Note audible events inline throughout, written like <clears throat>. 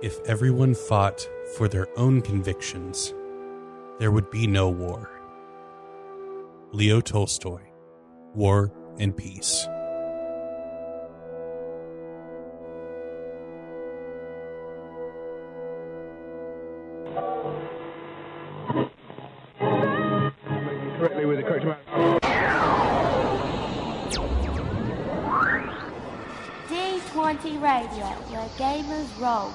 If everyone fought for their own convictions, there would be no war. Leo Tolstoy, War and Peace. correctly with the correct amount. D20 Radio, where gamers roll.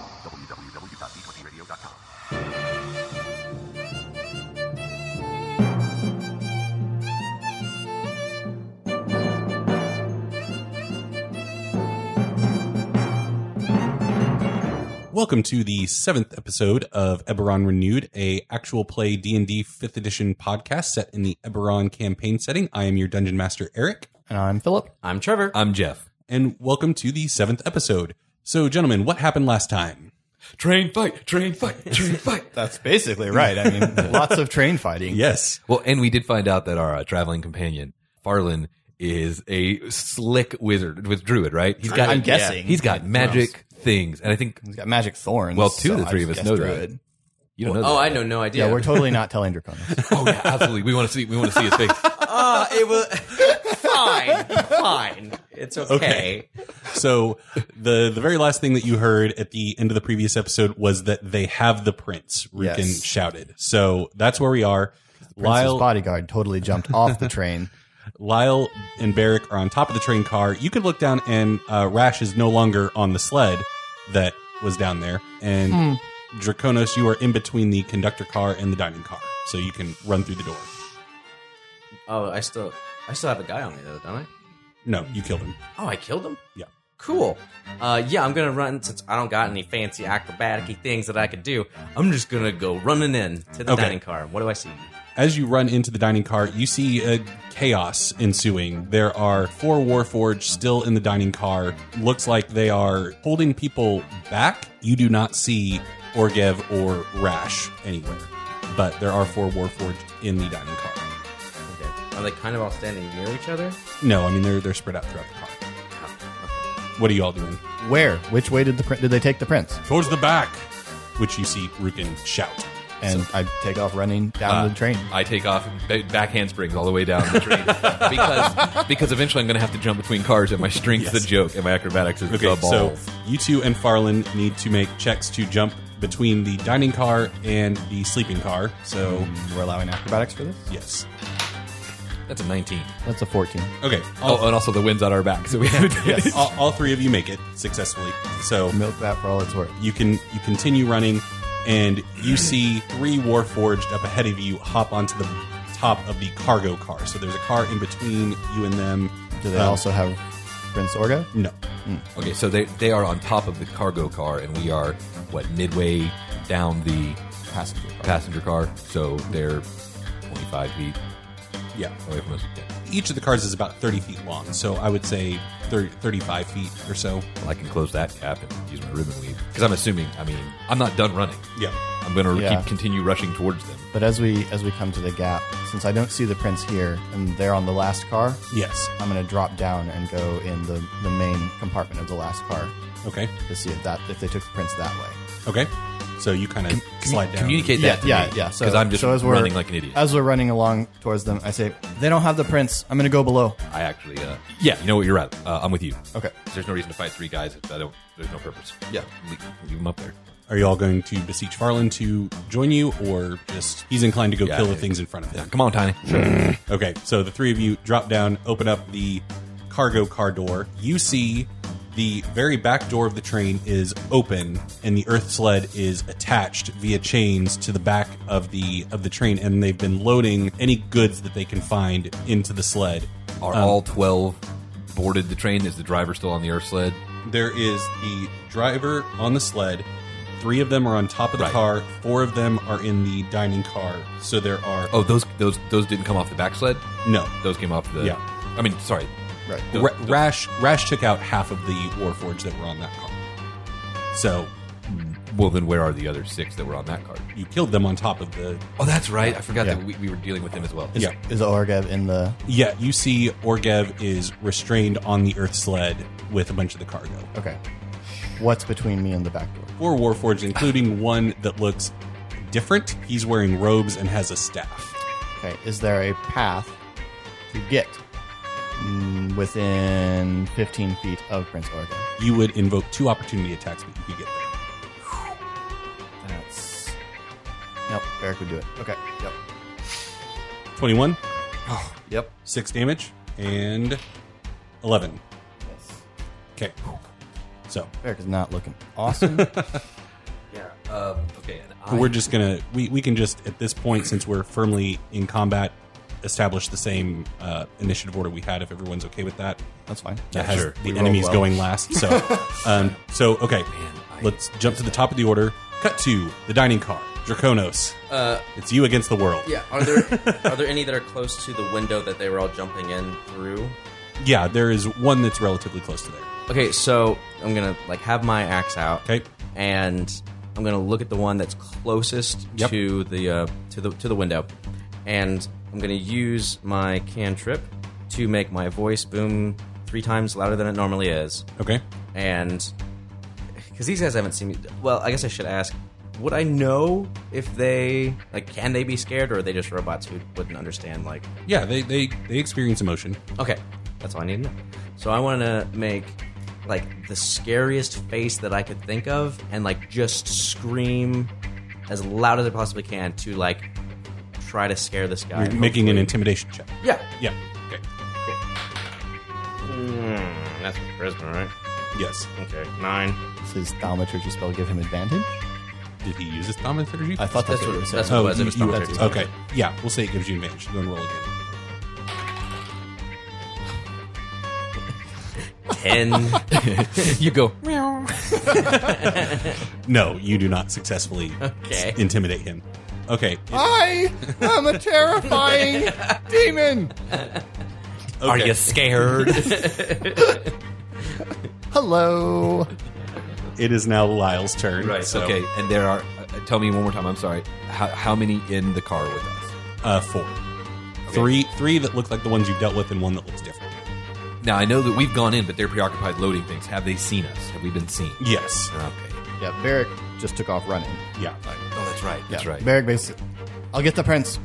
Welcome to the seventh episode of Eberron Renewed, a actual play D and D fifth edition podcast set in the Eberron campaign setting. I am your dungeon master Eric, I'm Philip. I'm Trevor. I'm Jeff. and welcome to the seventh episode. So, gentlemen, what happened last time? Train fight, train fight, <laughs> train fight. That's basically right. I mean, <laughs> lots of train fighting. Yes, well, and we did find out that our uh, traveling companion, Farlin, is a slick wizard with Druid, right? He's got I'm guessing. He's got magic things. And I think He's got magic thorns. Well, two of so the I three of just us know guessed that. druid. you don't know. Oh, that, I right? know no idea. <laughs> Yeah, we're totally not telling Draconis. Oh <laughs> yeah, absolutely. We want to see we want to see his face. Ah, <laughs> it was fine, fine. It's okay. Okay. So the the very last thing that you heard at the end of the previous episode was that they have the prince. Rukin Yes. shouted. So that's where we are. Prince's Lyle, bodyguard totally jumped off the train. Lyle, and Barrick are on top of the train car. You can look down, and uh, Rash is no longer on the sled that was down there. And Draconos, you are in between the conductor car and the dining car, so you can run through the door. Oh, I still, I still have a guy on me though, don't I? No, you killed him. Oh, I killed him. Yeah. Cool. Uh, yeah, I'm gonna run since I don't got any fancy acrobatic things that I could do. I'm just gonna go running in to the Okay. dining car. What do I see? As you run into the dining car, you see uh, chaos ensuing. There are four Warforged still in the dining car. Looks like they are holding people back. You do not see Orgev or Rash anywhere, but there are four Warforged in the dining car. Okay. Are they kind of all standing near each other? No, I mean they're they're spread out throughout the car. What are you all doing? Where? Which way did the prin- did they take the prince? Towards the back, which you see Rukin shout. And I take off running down the train. I take off ba- back handsprings all the way down the train because because eventually I'm going to have to jump between cars and my strength's the joke and my acrobatics is Okay, the so balls. you two and Farland need to make checks to jump between the dining car and the sleeping car. So We're allowing acrobatics for this. yes, That's a 19. That's a fourteen. okay. All, Oh, and also the wind's at our back, so we have to <laughs> yes, <laughs> Oh, all, all three of you make it successfully. So Milk that for all it's worth. you can you continue running, and you see three Warforged up ahead of you hop onto the top of the cargo car. So there's a car in between you and them. Do they Um, also have Prince Orga? No. Okay, so they they are on top of the cargo car, and we are what midway down the Passenger. car. passenger car. So they're twenty five feet Yeah. away from us. each of the cars is about 30 feet long so i would say 30, 35 feet or so Well, I can close that gap and use my ribbon weave because I'm assuming. I mean, I'm not done running. yeah I'm going to Yeah. keep continue rushing towards them. But as we as we come to the gap, since I don't see the prince here and they're on the last car, yes I'm gonna drop down and go in the, the main compartment of the last car okay to see if that if they took the prince that way. okay so you kind of slide down Communicate that to yeah, me, yeah. So because I'm just so as we're- running like an idiot. As we're running along towards them, I say, "They don't have the prince. I'm gonna go below." I actually, uh, yeah, you know what? You're right. Uh, I'm with you. Okay. There's no reason to fight three guys. If I don't. There's no purpose. Yeah, leave, leave them up there. are you all going to beseech farland to join you or just he's inclined to go Yeah, kill the yeah. things in front of him Come on, Tiny. okay so the three of you drop down open up the cargo car door you see the very back door of the train is open and the earth sled is attached via chains to the back of the of the train and they've been loading any goods that they can find into the sled Are all twelve boarded the train? Is the driver still on the earth sled? There is the driver on the sled. Three of them are on top of the Right. car. Four of them are in the dining car. So there are Oh, those those those didn't come off the back sled. no. Those came off the. Yeah. I mean, sorry. Right. Those- Ra- Rash Rash took out half of the warforged that were on that car. So Well, then where are the other six that were on that card? you killed them on top of the Oh, that's right. I forgot Yeah. that we, we were dealing with them as well. Is, Yeah. is Orgev in the? yeah. You see, Orgev is restrained on the earth sled with a bunch of the cargo. Okay. what's between me and the back door. four warforged, <sighs> including one that looks different. He's wearing robes and has a staff. Okay, is there a path to get mm, within 15 feet of Prince Orgo? You would invoke two opportunity attacks, but you could get there. That's. Nope, Eric would do it. Okay, yep. 21, Yep. 6 damage, and 11. Okay. So Eric is not looking <laughs> awesome. Yeah. Um, okay. And I, we're just gonna we, we can just at this point since we're firmly in combat establish the same uh, initiative order we had if everyone's okay with that That's fine. that has sure. the We roll enemies well. going last so <laughs> um, so okay let's jump to the top of the order cut to the dining car draconos uh, it's you against the world yeah. Are there are there any that are close to the window that they were all jumping in through? Yeah, there is one that's relatively close to there Okay, so I'm gonna like have my axe out. Okay. And I'm gonna look at the one that's closest Yep. to the uh, to the to the window, and I'm gonna use my cantrip to make my voice boom three times louder than it normally is, okay and because these guys haven't seen me. Well, I guess I should ask. Would I know if they like can they be scared or are they just robots who wouldn't understand like yeah they they, they experience emotion Okay, that's all I need to know. So I want to make like the scariest face that I could think of, and like just scream as loud as I possibly can to like try to scare this guy. you're making an intimidation check yeah, yeah okay that's charisma, right? yes Okay, nine. Does his thaumaturgy spell give him advantage? did he use his thaumaturgy I thought that's, That's what what- it said. that's oh what- was, it you- was you- thaumaturgy. okay yeah we'll say it gives you advantage go and roll again Ten. <laughs> you go. No, you do not successfully Okay. Ah! s- intimidate him. Okay. I am a terrifying demon. Are you <laughs> scared? Hello. It is now Lyle's turn. right. So, Okay. And there are. Uh, uh, tell me one more time. I'm sorry. How, how many in the car with us? Uh, four. Three, three that look like the ones you've dealt with, and one that looks different. Now I know that we've gone in, but they're preoccupied loading things. Have they seen us? Have we been seen? Yes. Okay. Yeah, Barrick just took off running. Yeah. Oh, that's right. That's yeah, right. Barrick basically. I'll get the prince.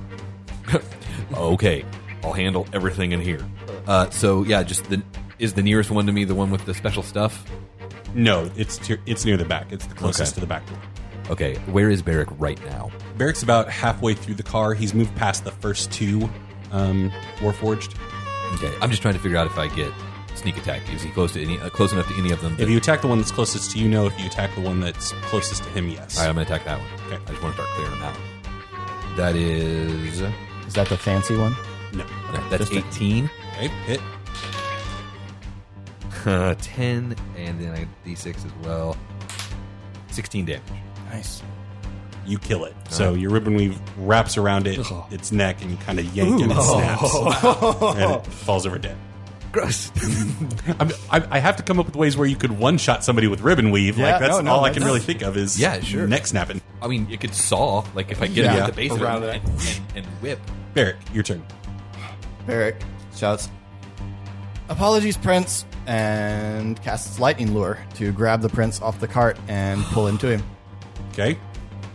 okay, I'll handle everything in here. Uh, so yeah, just the is the nearest one to me the one with the special stuff. No, it's to, it's near the back. It's the closest Okay. to the back door. Okay, where is Barrick right now? Barrick's about halfway through the car. He's moved past the first two um, Warforged. Okay, I'm just trying to figure out if I get sneak attack. Is he close to any uh, close enough to any of them? that- If you attack the one that's closest to you, no. If you attack the one that's closest to him, yes. All right, I'm gonna attack that one. Okay. I just want to start clearing them out. That is no, Is that the fancy one? No. that's Just a- <laughs> 18, Okay. Hit. uh, 10, and then I get d6 as well. 16 damage. Nice. You kill it. So your ribbon weave wraps around it, its neck, and you kind of yank and it snaps. <laughs> and it falls over dead. Gross. I'm, I, I have to come up with ways where you could one shot somebody with ribbon weave. Yeah, like that's no, no, all I that's- can really think of is Yeah, sure. neck snapping. <laughs> I mean, it could saw like if I get it Yeah. at the base of it Around and, it. and, and whip. Barrick, your turn. Barrick shouts, "Apologies, prince!" and casts lightning lure to grab the prince off the cart and pull him to him. Okay.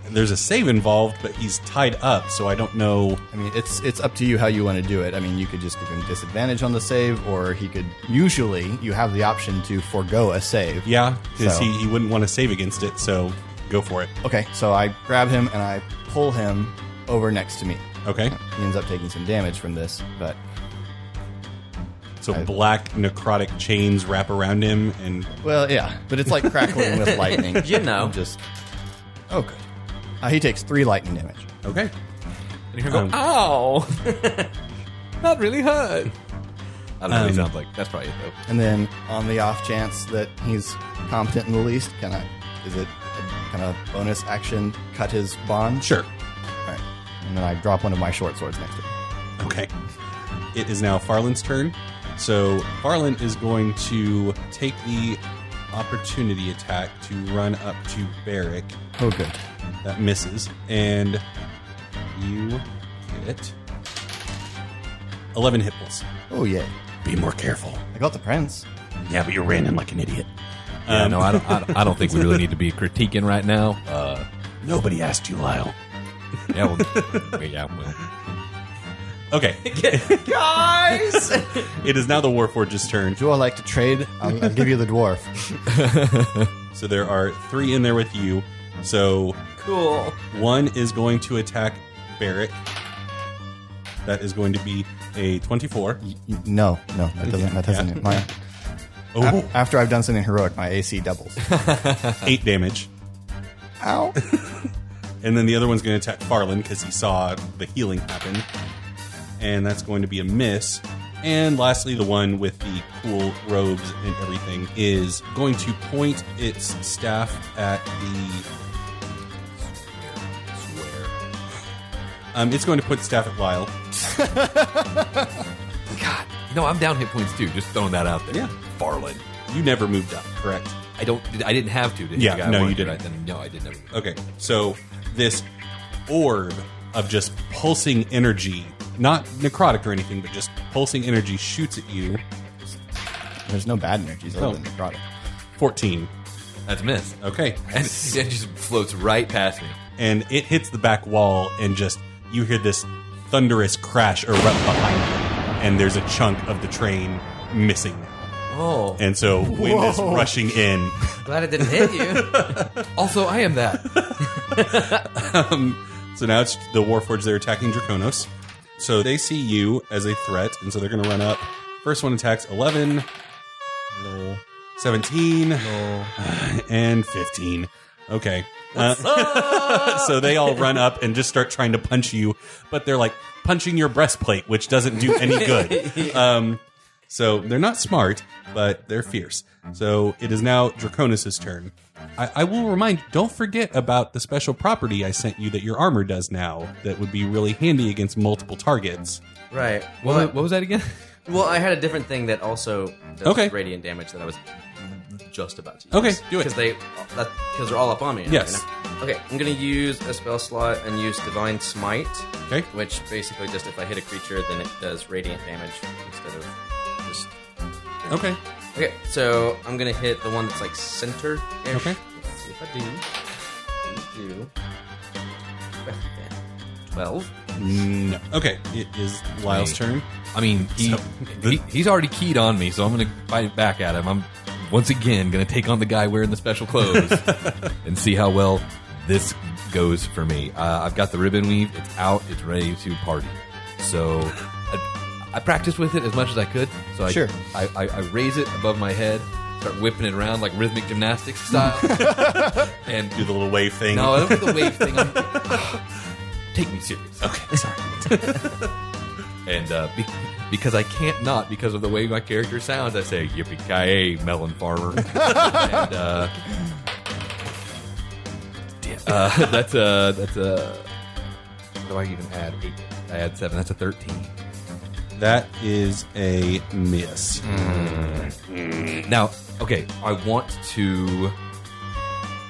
There's a save involved, but he's tied up, so I don't know. I mean, it's it's up to you how you want to do it. I mean, you could just give him disadvantage on the save, or he could. Usually, you have the option to forego a save. Yeah, because So- he, he wouldn't want to save against it, so go for it. Okay, so I grab him and I pull him over next to me. Okay. He ends up taking some damage from this, but So I- black necrotic chains wrap around him, and well, yeah, but it's like crackling <laughs> with lightning. You know. just oh, good. Uh, he takes three lightning damage. okay. And you're Um, going, <laughs> Ah, ow! Not really hurt. I don't know what Um, he sounds like. That's probably it, though. And then, on the off chance that he's competent in the least, can I? Is it a kind of bonus action? Cut his bond. Sure. All right. And then I drop one of my short swords next to him. Okay. It is now Farland's turn. So Farland is going to take the opportunity attack to run up to Barrick. Oh, good. That misses. And you get 11 hit points. Oh, yay. Be more careful. I got the prince. Yeah, but you ran in like an idiot. Yeah, no, I don't, I don't. I don't think we really need to be critiquing right now. Uh, Nobody asked you, Lyle. yeah, well, yeah, well, Okay, Guys! <laughs> it is now the Warforge's turn. Do I like to trade? I'll, I'll give you the dwarf. <laughs> So there are three in there with you. So cool. one is going to attack Barrick. That is going to be a 24. Y- y- No, no, that doesn't. That doesn't. My, Oh, a- after I've done something heroic, my AC doubles. eight damage. Ow! <laughs> And then the other one's going to attack Farland because he saw the healing happen. And that's going to be a miss. And lastly, the one with the cool robes and everything is going to point its staff at the. Swear. Um, it's going to put staff at Lyle. no, I'm down hit points too. Just throwing that out there. Yeah. Farland. You never moved up, correct? I don't. I didn't have to. Did Yeah, I got no, one you here, didn't. Right then. No, I didn't. Have Okay, so this orb of just pulsing energy, not necrotic or anything, but just pulsing energy shoots at you. There's no bad energies other Oh. than necrotic. 14. That's missed. Okay. And <laughs> it just floats right past me. and it hits the back wall and just you hear this thunderous crash erupt behind you and there's a chunk of the train missing Oh, and so wind is rushing in glad it didn't hit you. <laughs> Also, I am that. Um, so now it's the warforged they're attacking draconos so they see you as a threat and so they're going to run up first one attacks 11 No. 17 <sighs> and 15 okay Uh, <laughs> so they all run up and just start trying to punch you but they're like punching your breastplate which doesn't do any good um, so they're not smart but they're fierce so it is now draconis's turn I, I will remind don't forget about the special property i sent you that your armor does now that would be really handy against multiple targets right. What, Well, I- was- what was that <laughs> again? well, I had a different thing that also does Okay. radiant damage that I was just about to use. Okay, do it. Because they, because they're all up on me. Yes. Okay, I'm gonna use a spell slot and use Divine Smite. okay which basically just if I hit a creature, then it does radiant damage instead of just. okay Okay, so I'm gonna hit the one that's like center. Okay. Let's see if I do. Please do. Twelve. <laughs> no. okay it is lyle's turn I mean, he, So- he he's already keyed on me, so I'm going to fight back at him. I'm once again going to take on the guy wearing the <laughs> special clothes and see how well this goes for me. Uh, I've got the ribbon weave; it's out, it's ready to party. So I, I practiced with it as much as I could. So I, Sure. I, I, I raise it above my head, start whipping it around like rhythmic gymnastics style, <laughs> and do the little wave thing no, <laughs> I don't do the wave thing. <sighs> I'm, take me serious. <laughs> Okay, sorry. and uh, be- because I can't not, because of the way my character sounds, I say "Yippee ki melon <laughs> farmer." and, uh, damn, <laughs> uh, that's uh, that's uh, what do I even add? Eight. I add seven. That's a thirteen. That is a miss. Mm. Now, okay, I want to.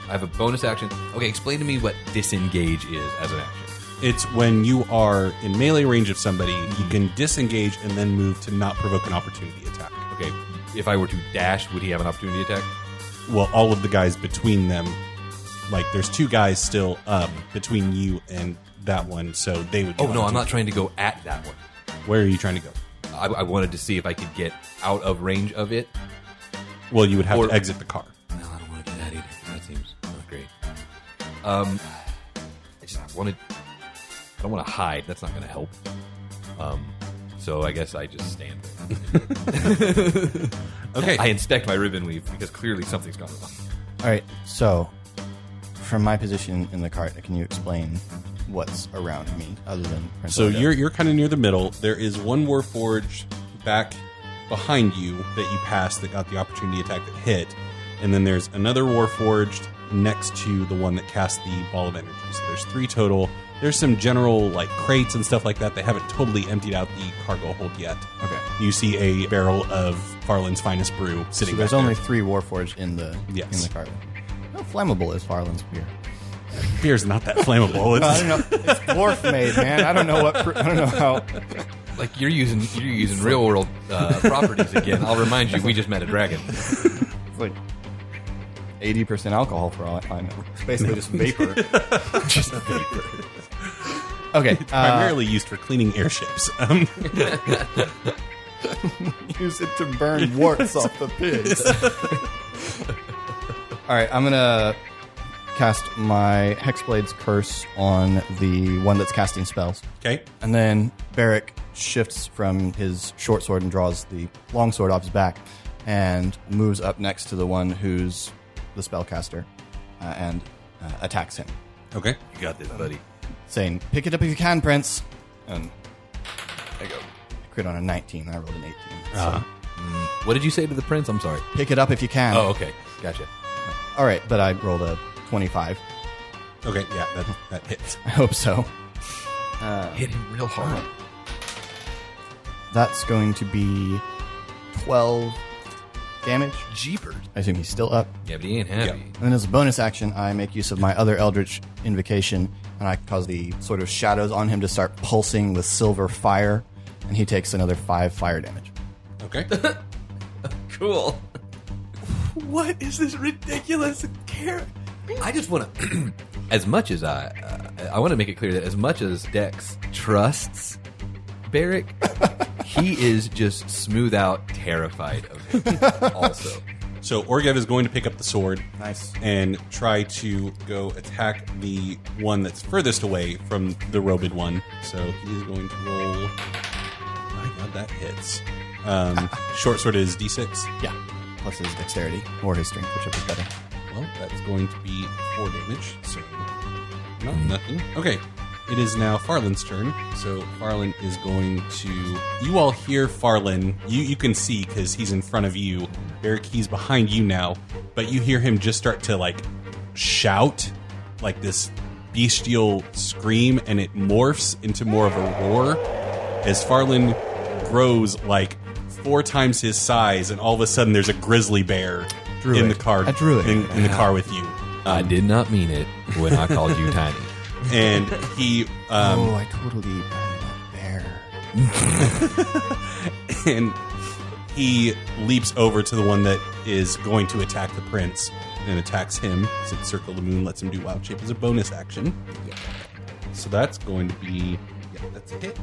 I have a bonus action. Okay, explain to me what disengage is as an action. It's when you are in melee range of somebody, you can disengage and then move to not provoke an opportunity attack. Okay, if I were to dash, would he have an opportunity attack? Well, all of the guys between them, like there's two guys still up between you and that one, so they would. get Oh no, I'm not opportunity. trying to go at that one. Where are you trying to go? I, I wanted to see if I could get out of range of it. Well, you would have Or- to exit the car. No, I don't want to do that either. That seems not great. Um, I just I wanted. I don't want to hide. That's not going to help. Um, so I guess I just stand there. <laughs> Okay, I inspect my ribbon weave because clearly something's gone wrong. All right. So, from my position in the cart, can you explain what's around me other than Prince so Odo? you're you're kind of near the middle. There is one warforge back behind you that you passed that got the opportunity attack that hit, and then there's another warforged next to the one that cast the ball of energy. So there's three total. There's some general like crates and stuff like that. They haven't totally emptied out the cargo hold yet. okay. You see a barrel of Farland's finest brew So sitting. there's back only there. three Warforged in the Yes. in the cart. How flammable is Farland's beer? <laughs> beer's not that flammable. <laughs> I It's, don't know. <laughs> It's dwarf made, man. I don't know what. I don't know how. Like you're using you're using real world uh, properties again. I'll remind you, we just met a dragon. It's like eighty percent alcohol for all I know. It's basically <laughs> just vapor. just vapor. Okay. Uh, Primarily used for cleaning airships. <laughs> Um, use it to burn warts off the pigs. <laughs> All right, I'm gonna cast my Hexblade's curse on the one that's casting spells. okay. And then Barrick shifts from his short sword and draws the long sword off his back and moves up next to the one who's the spellcaster uh, and uh, attacks him, Okay. You got this, buddy. saying, Pick it up if you can, Prince. And there you go. I crit on a 19. I rolled an 18. So, Uh, What did you say to the prince? I'm sorry. Pick it up if you can. Oh, okay. Gotcha. All right, but I rolled a 25. Okay. Yeah, that, that hits. I hope so. Hit him real hard. That's going to be 12 damage. Jeepers. I assume he's still up. Yeah, but he ain't happy. And then as a bonus action, I make use of my other Eldritch Invocation, and I cause the sort of shadows on him to start pulsing with silver fire, and he takes another five fire damage. Okay. Cool. What is this ridiculous character? I just want to, <clears throat> as much as I, uh, I want to make it clear that as much as Dex trusts <laughs> Barrick, he is just smooth out terrified of him. Also, So Orgev is going to pick up the sword. Nice. And try to go attack the one that's furthest away from the robed one. So he is going to roll. My God, that hits. Um, short sword is d6. Yeah. Plus his dexterity or his strength, whichever is better. Well, that's going to be four damage, so not nothing. Okay, it is now Farland's turn. So Farland is going to. You all hear Farland. You you can see because he's in front of you. Eric, he's behind you now, but you hear him just start to like shout, like this bestial scream, and it morphs into more of a roar as Farland grows like four times his size, and all of a sudden there's a grizzly bear Drew in it. the car I drew it. in, in the car with you. I did not mean it when I called <laughs> you tiny. and he um, oh, I totally burned that bear. and he leaps over to the one that is going to attack the prince and attacks him since circle the moon lets him do wild shape as a bonus action so that's going to be yeah that's a hit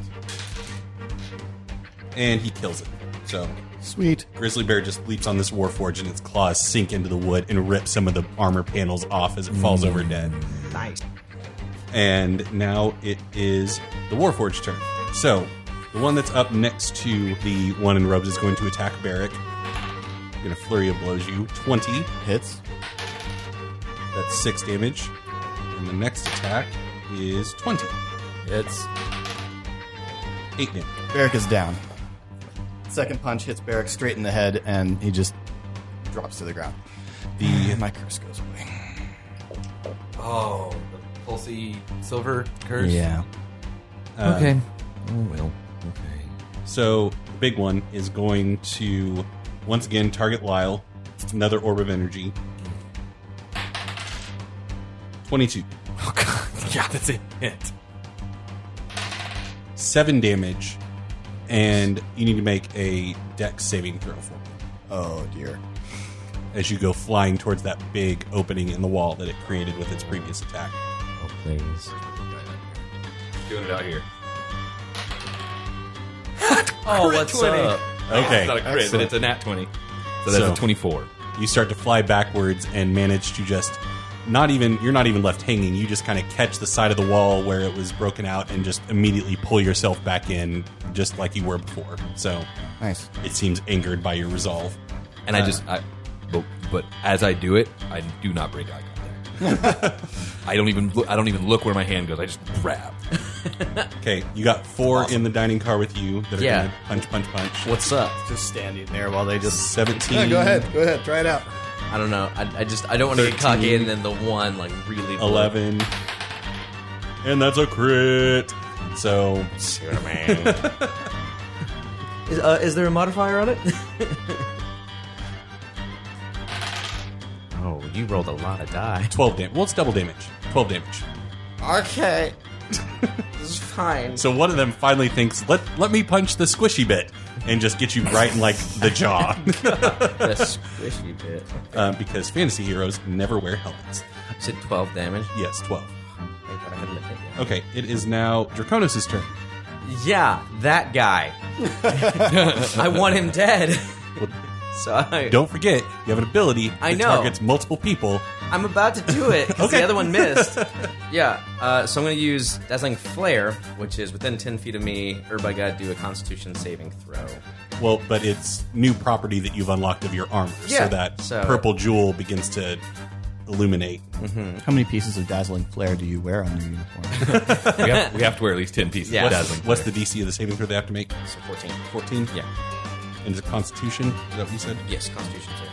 and he kills it so Sweet. grizzly bear just leaps on this warforge and its claws sink into the wood and rip some of the armor panels off as it falls over dead Nice. and now it is the Warforged turn. So, the one that's up next to the one in robes is going to attack Barrick. Gonna flurry of blows you. 20. Hits. That's 6 damage. And the next attack is 20. Hits. 8 damage. Barrick is down. Second punch hits Barrick straight in the head, and he just drops to the ground. The my curse goes away. Oh, the pulsy silver curse. Uh, okay. Oh well. Okay. So, the big one is going to once again target Lyle. Another orb of energy. 22. Oh god. <laughs> Yeah, that's a hit. 7 damage. And you need to make a dex saving throw for me. Oh dear. as you go flying towards that big opening in the wall that it created with its previous attack. Oh please. Doing it out here. oh, what's up? Okay. It's not a crit, but Excellent. it's a nat 20. So that's So- a 24. You start to fly backwards and manage to just not even you're not even left hanging. You just kind of catch the side of the wall where it was broken out and just immediately pull yourself back in just like you were before. So Nice. it seems angered by your resolve. And I uh, just, I, but, but as I do it, I do not break eye contact. <laughs> I don't even look, I don't even look where my hand goes. I just grab. Okay, you got four in the dining car with you that are Yeah. going to punch, punch, punch. What's up? Just standing there while they just 17. Yeah, go ahead. Go ahead. Try it out. I don't know. I, I just I don't want to get 13. cocky and then the one like really blow- 11. And that's a crit. So <laughs> Is, uh, is there a modifier <laughs> on it? oh, you rolled a lot of die. Oh, 12 damage. Well, it's double damage. 12 damage. Okay. This is <laughs> fine. So one of them finally thinks, "Let let me punch the squishy bit." And just get you right in like the <laughs> jaw, the squishy bit. uh, because fantasy heroes never wear helmets. Is it 12 damage? Yes, twelve. I thought I hadn't hit yet. Okay, it is now Draconis' turn. Yeah, that guy. <laughs> I want him dead. <laughs> so I, Don't forget, you have an ability that I know. targets multiple people. I'm about to do it because Okay. the other <laughs> one missed. yeah, uh, so I'm going to use Dazzling Flare, which is within 10 feet of me. Everybody got to do a Constitution saving throw. Well, but it's new property that you've unlocked of your armor, Yeah, so that so- purple jewel begins to illuminate. How many pieces of dazzling flare do you wear on your <laughs> uniform? we, have, we have to wear at least 10 pieces Yeah. of What's, dazzling. what's the DC of the saving throw they have to make? So 14. 14? Yeah. And is it Constitution? Is that what you said? Yes, Constitution saving.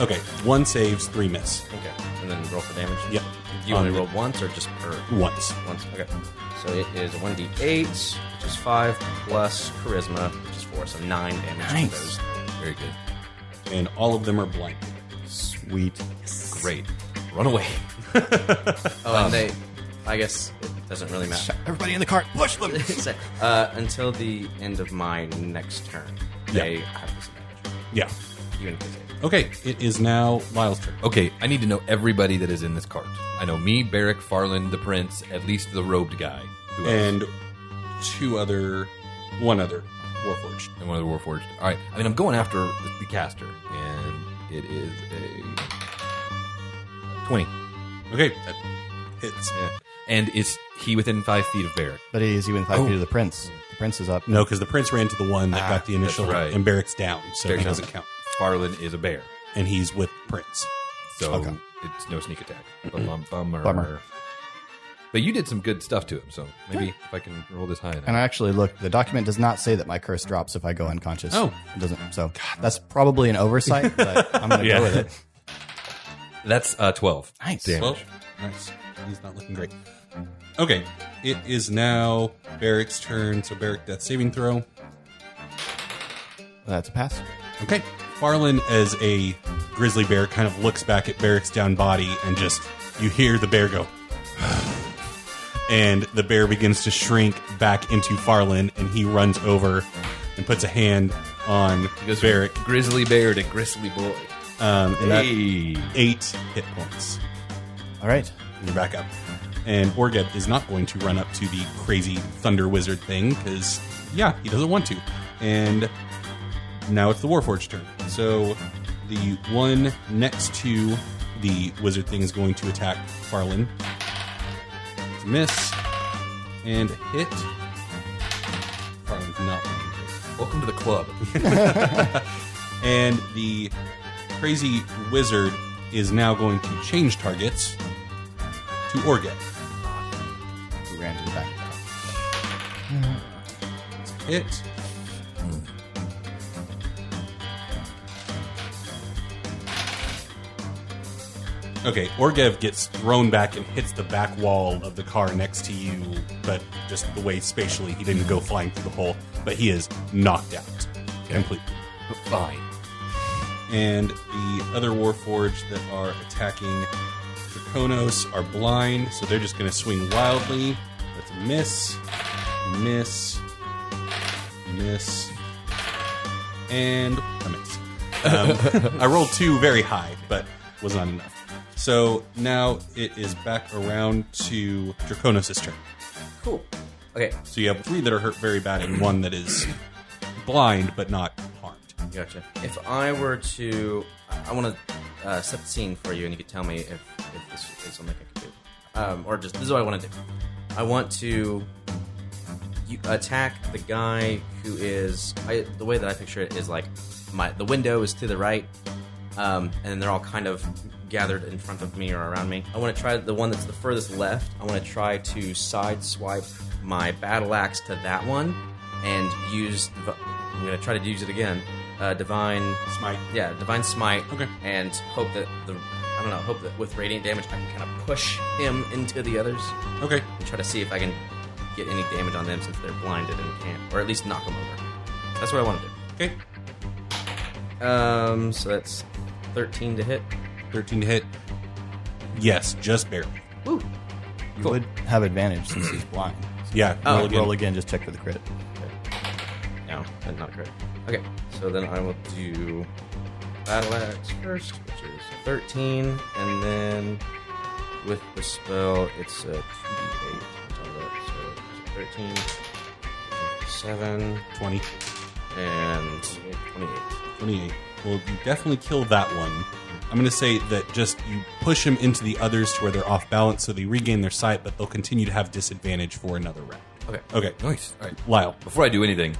Okay, one saves, three miss. Okay. And then roll for damage? Yep. You Um, only roll once or just per? Once. Once. Okay. So it is 1d8, which is 5, plus Charisma, which is 4, so 9 damage. to those. Very good. And all of them are blank. Sweet. Great. Run away. Oh, Um, and they. I guess it doesn't really matter. Everybody in the cart, push them. uh, until the end of my next turn, they have disadvantage. Yeah. Even if they save. Okay, it is now Lyle's turn. Okay, I need to know everybody that is in this cart. I know me, Barrick, Farland, the Prince, at least the robed guy. Who else? And two other, one other Warforged. and one of the Warforged. All right. I mean, I'm going after the, the caster, and it is a 20. Okay, that hits. Yeah. And is he within five feet of Barrick? But he's even five Oh. feet of the prince. The prince is up. No, because the prince ran to the one that got the initial, right. and Barrick's down, so Barrick's he doesn't down. count. Farland is a bear, And he's with Prince. so Okay. it's no sneak attack. Bum- Bummer. Bummer. But you did some good stuff to him, so maybe if I can roll this high enough. And I actually looked. The document does not say that my curse drops if I go unconscious. Oh. it doesn't. So that's probably an oversight, but I'm <laughs> going to Yeah. go with it. That's uh, 12. Nice. Damage. Well, nice. He's not looking great. Okay, it is now Barrick's turn. So Barrick, death saving throw. That's a pass. Okay, Farlin as a grizzly bear kind of looks back at Barrick's down body and just you hear the bear go, <sighs> and the bear begins to shrink back into Farlin, and he runs over and puts a hand on He goes from Barrick, grizzly bear to grizzly boy. um, and that- Hey. eight hit points. All right. and you're back up. And Orgeb is not going to run up to the crazy thunder wizard thing because, yeah, he doesn't want to. And now it's the Warforged turn. So the one next to the wizard thing is going to attack Farlin. It's a miss and a hit. Farlin's not looking great. Welcome to <laughs> the club. And the crazy wizard is now going to change targets to Orgeb. We ran to the back. hit. Okay, Orgev gets thrown back and hits the back wall of the car next to you, but just the way spatially, he didn't go flying through the hole, but he is knocked out completely. Fine. And the other Warforged that are attacking Draconos are blind, so they're just going to swing wildly. That's a miss, miss, miss, and a miss. Um, <laughs> I rolled two very high, but was not enough. So now it is back around to Draconos' turn. Cool. Okay, So you have three that are hurt very bad and one that is blind but not harmed. gotcha. If I were to, I want to uh, set the scene for you, and you could tell me if, if this is something I could do, um, or just this is what I want to do. I want to you attack the guy who is. I, the way that I picture it is like my the window is to the right, um, and they're all kind of gathered in front of me or around me. I want to try the one that's the furthest left. I want to try to side swipe my battle axe to that one, and use. div- I'm going to try to use it again. Uh, divine, Smite. yeah, divine smite. Okay. and hope that the I don't know. Hope that with radiant damage, I can kind of push him into the others Okay. and try to see if I can get any damage on them since they're blinded and can't, or at least knock them over. That's what I want to Okay. do. Um, so that's 13 to hit. 13 to hit. Yes, just barely. Woo! You would have advantage since he's blind. Yeah. Oh, roll again. Roll again, just check for the crit. No, that's not correct. Okay, so then I will do battle axe first, which is 13, and then with the spell, it's a 2d8. on top of that, So it's 13, 7, 20. and 28. 28. Well, you definitely kill that one. I'm going to say that just you push him into the others to where they're off balance so they regain their sight, but they'll continue to have disadvantage for another round. Okay. Okay. Nice. All right. Lyle. Before I do anything,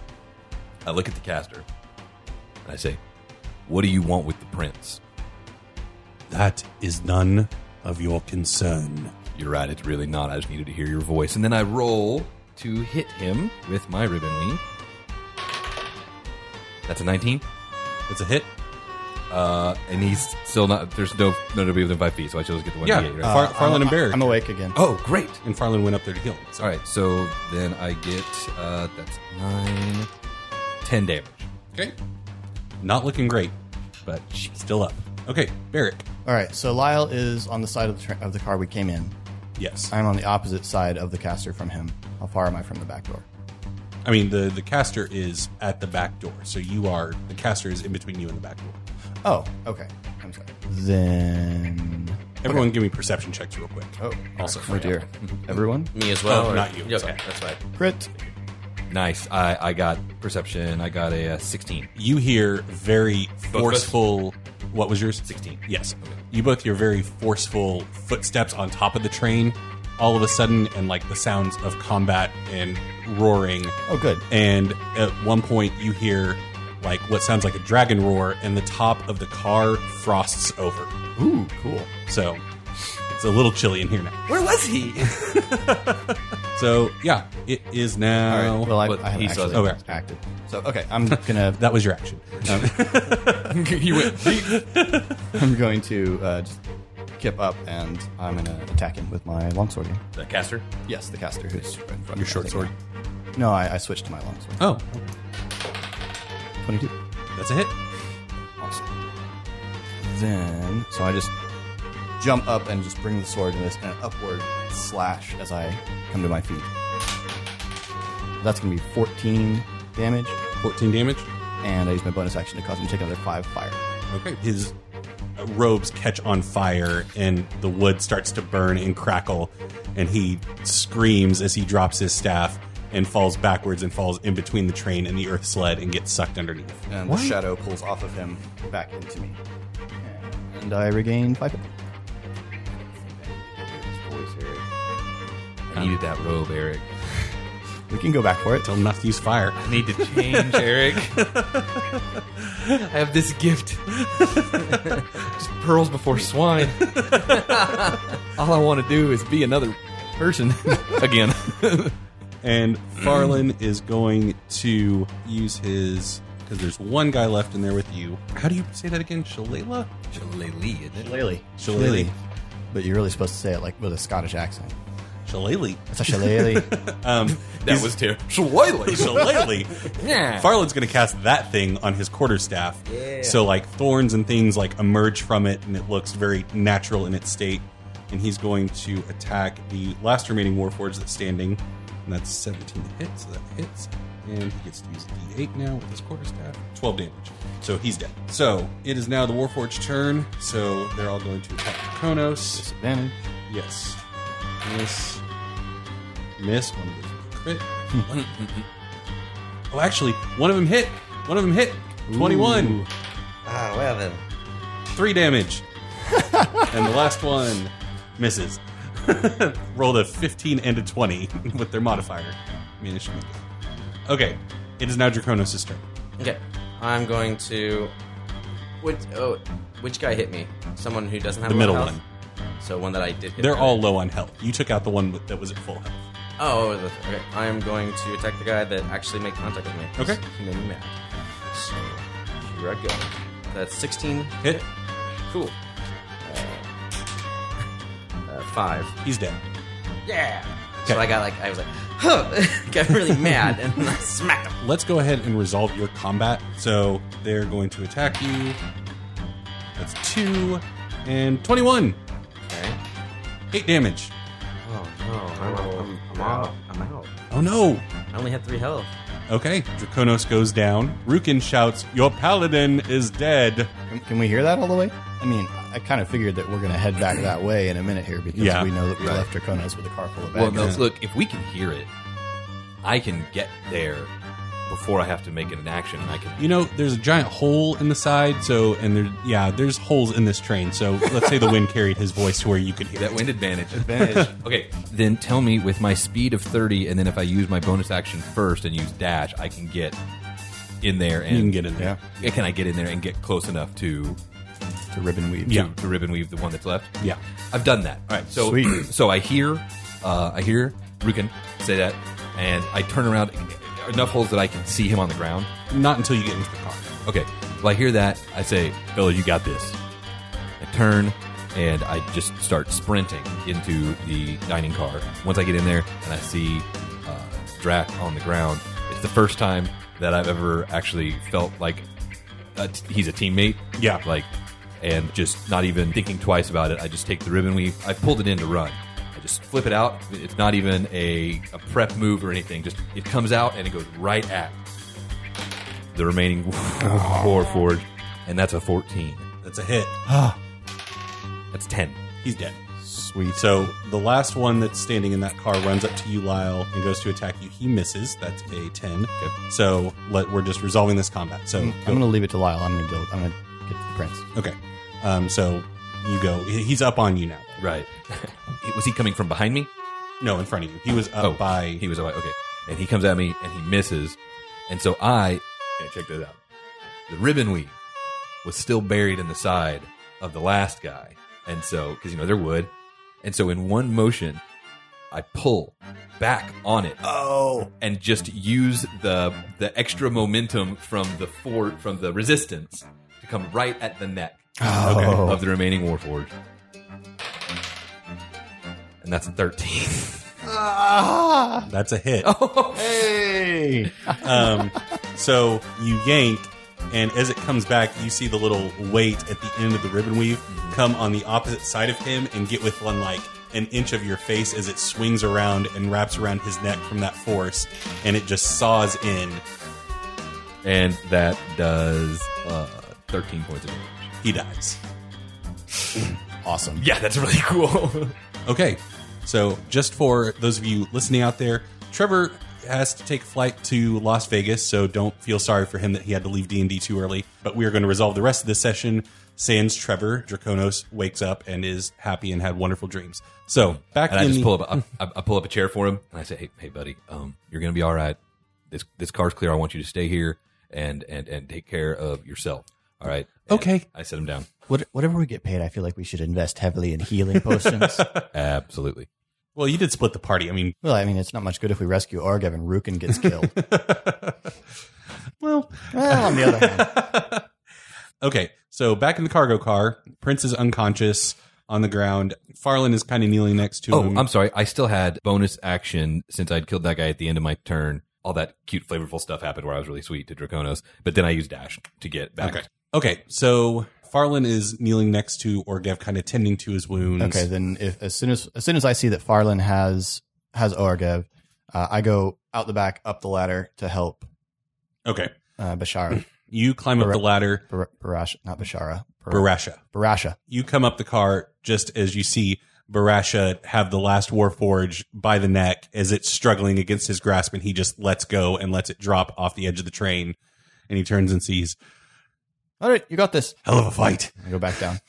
I look at the caster and I say, "What do you want with the prince?" That is none of your concern. You're right. It's really not. I just needed to hear your voice. And then I roll to hit him with my ribbon wing. That's a 19. It's a hit. Uh, and he's still not. There's no nobody within five feet, so I chose to get the one. Yeah. uh, Right? Far- Farland and Uh, I'm- Barrick. I'm awake again. oh, great. And Farland went up there to heal him. So All right. So then I get uh, that's nine, ten damage. Okay. Not looking great, but she's still up. Okay, Barrick. All right, so Lyle is on the side of the, tra- of the car we came in. Yes. I'm on the opposite side of the caster from him. How far am I from the back door? I mean, the, the caster is at the back door, so you are, the caster is in between you and the back door. Oh, okay. I'm sorry. Then. Everyone give me perception checks real quick. Oh, Also, oh dear. <laughs> Everyone? Me as well? Oh, or- not you, Okay, sorry. that's fine. Crit. Nice. I I got perception. I got a, uh sixteen. you hear very forceful. What was yours? 16. Yes. You both hear very forceful footsteps on top of the train all of a sudden, and like the sounds of combat and roaring. Oh, good. And at one point, you hear like what sounds like a dragon roar, and the top of the car frosts over. Ooh, cool. So it's a little chilly in here now. Where was he? <laughs> So yeah, it is All right. now. Well, I, but I haven't he saw actually that. Okay. acted. So, okay, I'm gonna. <laughs> that was your <laughs> action. he went. deep. I'm going to uh, just kip up and I'm gonna attack him with my longsword. again. The caster. Yes, the caster who's right in front of me, Your I short think. sword. No, I, I switched to my longsword. Oh, 22. that's a hit. Awesome. Then, so I just jump up and just bring the sword in this an upward slash as I come to my feet. That's going to be 14 damage, 14 damage. and I use my bonus action to cause him to take another 5 fire. Okay. His uh, robes catch on fire and the wood starts to burn and crackle and he screams as he drops his staff and falls backwards and falls in between the train and the earth sled and gets sucked underneath. And the shadow pulls off of him back into me. And I regain 5 hit points. I needed that robe, Eric. We can go back for it. Tell him not to use fire. I need to change, Eric. I have this gift. Just pearls before swine. All I want to do is be another person <laughs> again. And Farlan is going to use his because there's one guy left in there with you. How do you say that again? Shalala? Shillelagh. Shillelagh. But you're really supposed to say it like with a Scottish accent. Shillelagh. <laughs> It's a shillelagh. That was terrible. Shillelagh. Shillelagh. Yeah. Farland's going to cast that thing on his quarterstaff. So like thorns and things like emerge from it, and it looks very natural in its state. And he's going to attack the last remaining warforged that's standing, and that's 17 to hit, so that hits. And he gets to use D8 now with his quarterstaff. 12 damage. So he's dead. So it is now the warforged turn. So they're all going to attack Konos. Disadvantage. Yes. Miss. Miss. One of those crit. <laughs> oh, actually, one of them hit. One of them hit. 21. Ah, well then. Three damage. and the last one misses. <laughs> Rolled a 15 and a 20 <laughs> with their modifier. I mean, it should be good. Okay. It is now Draconos' turn. Okay, I'm going to. Which, oh, which guy hit me? Someone who doesn't have The a lot of middle health? So one that I did hit. They're earlier. all low on health. You took out the one that was at full health. Oh, the- okay. I am going to attack the guy that actually made contact with me. Okay. He made me mad. So, here I go. That's 16. Hit. Cool. Uh, uh, five. He's dead. Yeah! Okay. So I got like, I was like, huh! <laughs> got really mad and I <laughs> smacked him. Let's go ahead and resolve your combat. So they're going to attack you. That's two and 21. Okay. Eight damage. Oh no, I'm, I'm, I'm out. I'm out. Oh no! I only had three health. Okay, Draconos goes down. Rukin shouts, Your paladin is dead. Can, can we hear that all the way? I mean, I kind of figured that we're going to head back that way in a minute here because Yeah. we know that we Right. left Draconis with a car full of Well, eggs. no, look, if we can hear it, I can get there before I have to make it an action. and I can. You know, there's a giant hole in the side, so, and there, yeah, there's holes in this train, so let's say the <laughs> wind carried his voice to where you could hear That it. wind advantage. Advantage. <laughs> Okay, then tell me with my speed of 30, and then if I use my bonus action first and use dash, I can get in there and You can get in there. Yeah, Can I get in there and get close enough to to ribbon weave. Yeah. to ribbon weave the one that's left? Yeah. I've done that. All right, so Sweet. <clears throat> so I hear uh, I hear Rukin say that, and I turn around enough holes that I can see him on the ground. Not until you get into the car. Okay, well I hear that. I say, "Fella, you got this." I turn and I just start sprinting into the dining car. Once I get in there and I see uh, Drac on the ground, it's the first time that I've ever actually felt like a t- he's a teammate. Yeah. like and just not even thinking twice about it. I just take the ribbon weave. I pulled it in to run. I just flip it out. It's not even a, a prep move or anything. Just it comes out and it goes right at the remaining <laughs> four forge, and that's a fourteen. That's a hit. Ah. That's ten. He's dead. Sweet. So the last one that's standing in that car runs up to you, Lyle, and goes to attack you. He misses. That's a 10. Okay. So let, we're just resolving this combat. So Mm, I'm, go- going to leave it to Lyle. I'm going to deal. I'm going to get to the prince. Okay. Um, so you go. he- He's up on you now. Right. <laughs> was he coming from behind me? Oh, No, in front of you. He was up Uh, Oh. by. he was away. Okay, and he comes at me and he misses, and so I yeah, check this out. The ribbon weave was still buried in the side of the last guy, and so because you know they're wood, and so in one motion, I pull back on it. oh. and just use the the extra momentum from the for from the resistance to come right at the neck Oh. of the remaining warforged. And that's a <laughs> 13. That's a hit. Oh, Hey. Um, so you yank, and as it comes back, you see the little weight at the end of the ribbon weave come on the opposite side of him and get within like an inch of your face as it swings around and wraps around his neck from that force, and it just saws in. and that does uh, 13 points of damage. He dies. Awesome. Yeah, that's really cool. Okay, so just for those of you listening out there, Trevor has to take flight to Las Vegas, so don't feel sorry for him that he had to leave D and D too early. But we are going to resolve the rest of this session. Sans Trevor, Draconos wakes up and is happy and had wonderful dreams. So <laughs> back and I in just the- pull up I, I- I pull up a chair for him and I say, "Hey, hey buddy, um you're going to be all right. This this car's clear. I want you to stay here and and and take care of yourself." All right. And Okay. I set him down. What, whatever we get paid, I feel like we should invest heavily in healing <laughs> potions. Absolutely. Well, you did split the party. I mean, well, I mean, it's not much good if we rescue Argev and Rukin gets <laughs> killed. well, well, on the other hand, okay. So back in the cargo car, Prince is unconscious on the ground. Farland is kind of kneeling next to Oh, him. I'm sorry. I still had bonus action since I'd killed that guy at the end of my turn. All that cute, flavorful stuff happened where I was really sweet to Draconos, but then I used dash to get back. Okay. Okay, so Farland is kneeling next to Orgev, kind of tending to his wounds. okay. Then if, as soon as as soon as I see that Farland has has Argev, uh, I go out the back up the ladder to help Okay. uh, Bashara, You climb up Bara- the ladder, Bar- Barash, not Bashara, Bar- Barasha. Barasha. You come up the car just as you see Barasha have the last Warforge by the neck as it's struggling against his grasp, and he just lets go and lets it drop off the edge of the train. And he turns and sees, All right, you got this. hell of a fight. I go back down.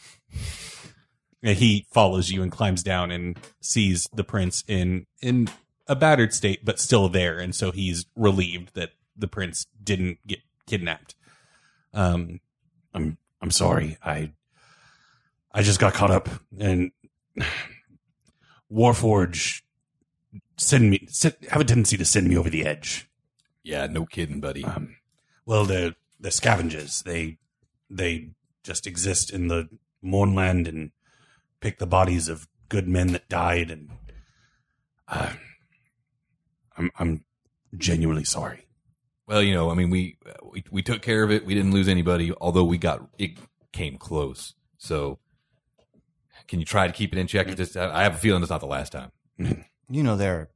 And he follows you and climbs down and sees the prince in in a battered state, but still there. And so he's relieved that the prince didn't get kidnapped. Um, I'm I'm sorry. I I just got caught up <sighs> and Warforge send me send, have a tendency to send me over the edge. Yeah, no kidding, buddy. Um, well, they're they're scavengers. They they just exist in the Mornland and pick the bodies of good men that died. And uh, I'm I'm genuinely sorry. well, you know, I mean, we, we we took care of it. We didn't lose anybody, although we got it came close. So, can you try to keep it in check? It just I I have a feeling it's not the last time. You know there are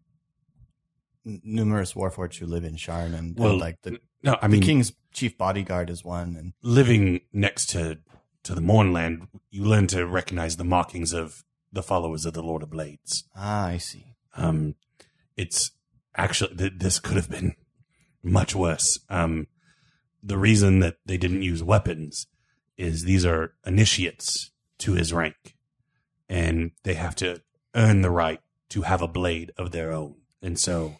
n- numerous warforged who live in Sharn, and, Well, and like the, No, I the mean, king's chief bodyguard is one, and living next to to the Mornland, you learn to recognize the markings of the followers of the Lord of Blades. ah, I see. Um, it's actually th- this could have been much worse. Um, the reason that they didn't use weapons is these are initiates to his rank, and they have to earn the right to have a blade of their own, and so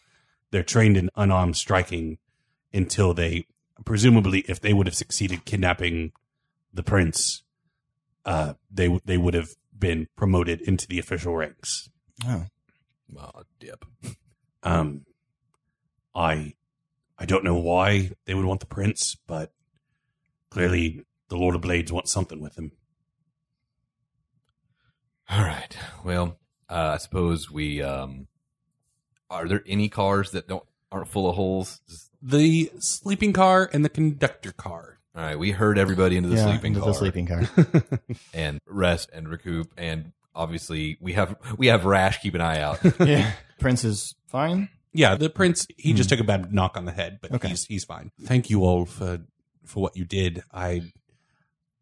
they're trained in unarmed striking until they presumably, if they would have succeeded kidnapping the prince, uh, they w- they would have been promoted into the official ranks. Oh, dip. Um, I, I don't know why they would want the prince, but clearly the Lord of Blades wants something with him. All right. Well, uh, I suppose we. Um, are there any cars that don't aren't full of holes? Just- The sleeping car and the conductor car. all right. We heard everybody into the Yeah, sleeping the, car. the sleeping car. and rest and recoup and obviously we have we have rash keep an eye out yeah, Prince is fine. yeah, the prince. He just took a bad knock on the head, but Okay. he's he's fine. Hmm. Thank you all for for what you did. I,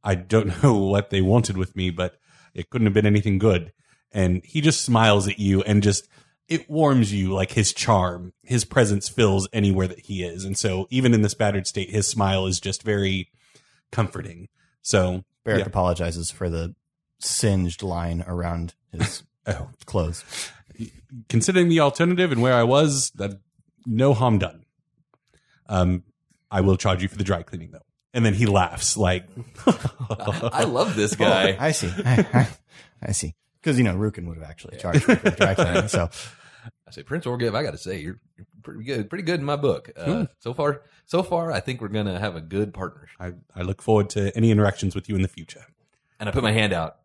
I don't <laughs> know what they wanted with me, but it couldn't have been anything good. And he just smiles at you and just it warms you like his charm. His presence fills anywhere that he is, and so even in this battered state, his smile is just very comforting. So, Barrack Yeah. apologizes for the singed line around his oh, clothes. considering the alternative and where I was, that no harm done. Um, I will charge you for the dry cleaning though. And then he laughs like, <laughs> <laughs> i love this guy Oh, I see. I, I- I see. Because you know, Rukin would have actually charged me for the dry cleaning. So i say prince orgiv i gotta say you're, you're pretty good pretty good in my book uh, Hmm. so far so far i think we're gonna have a good partnership I, I look forward to any interactions with you in the future. and i put my hand out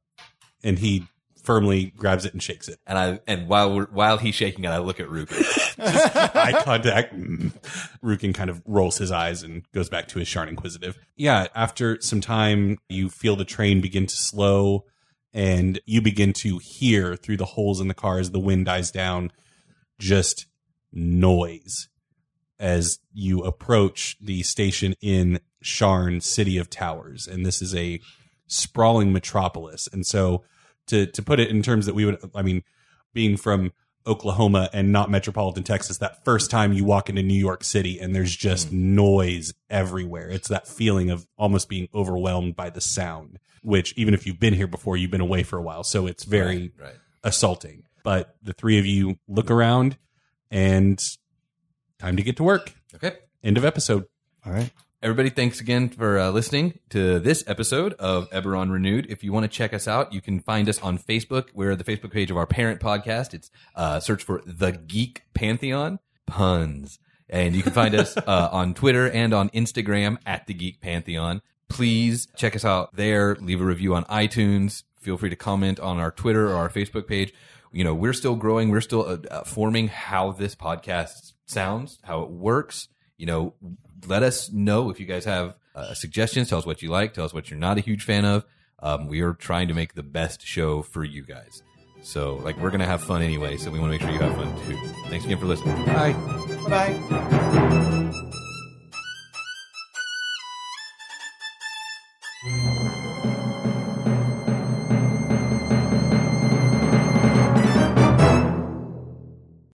And he firmly grabs it and shakes it. and i and while we're while he's shaking it i look at Ruka. <laughs> Eye contact. Mm. Rukin kind of rolls his eyes and goes back to his Sharn Inquisitive. Yeah, after some time, you feel the train begin to slow and you begin to hear through the holes in the car as the wind dies down just noise as you approach the station in Sharn, City of Towers. And this is a sprawling metropolis. And so to to put it in terms that we would I mean, being from Oklahoma and not metropolitan Texas, that first time you walk into New York City and there's just Mm. noise everywhere. It's that feeling of almost being overwhelmed by the sound, which even if you've been here before, you've been away for a while. So it's very right assaulting. But the three of you look around and time to get to work. okay End of episode. all right. Everybody, thanks again for uh, listening to this episode of Eberron Renewed. If you want to check us out, you can find us on Facebook. We're the Facebook page of our parent podcast. It's uh, search for The Geek Pantheon Puns. And you can find us uh, on Twitter and on Instagram at The Geek Pantheon. Please check us out there. Leave a review on iTunes. Feel free to comment on our Twitter or our Facebook page. You know, we're still growing. We're still uh, uh, forming how this podcast sounds, how it works you know, let us know if you guys have uh, suggestions. Tell us what you like. Tell us what you're not a huge fan of. Um, we are trying to make the best show for you guys. So, like, we're going to have fun anyway. So, we want to make sure you have fun too. Thanks again for listening. Bye. Bye.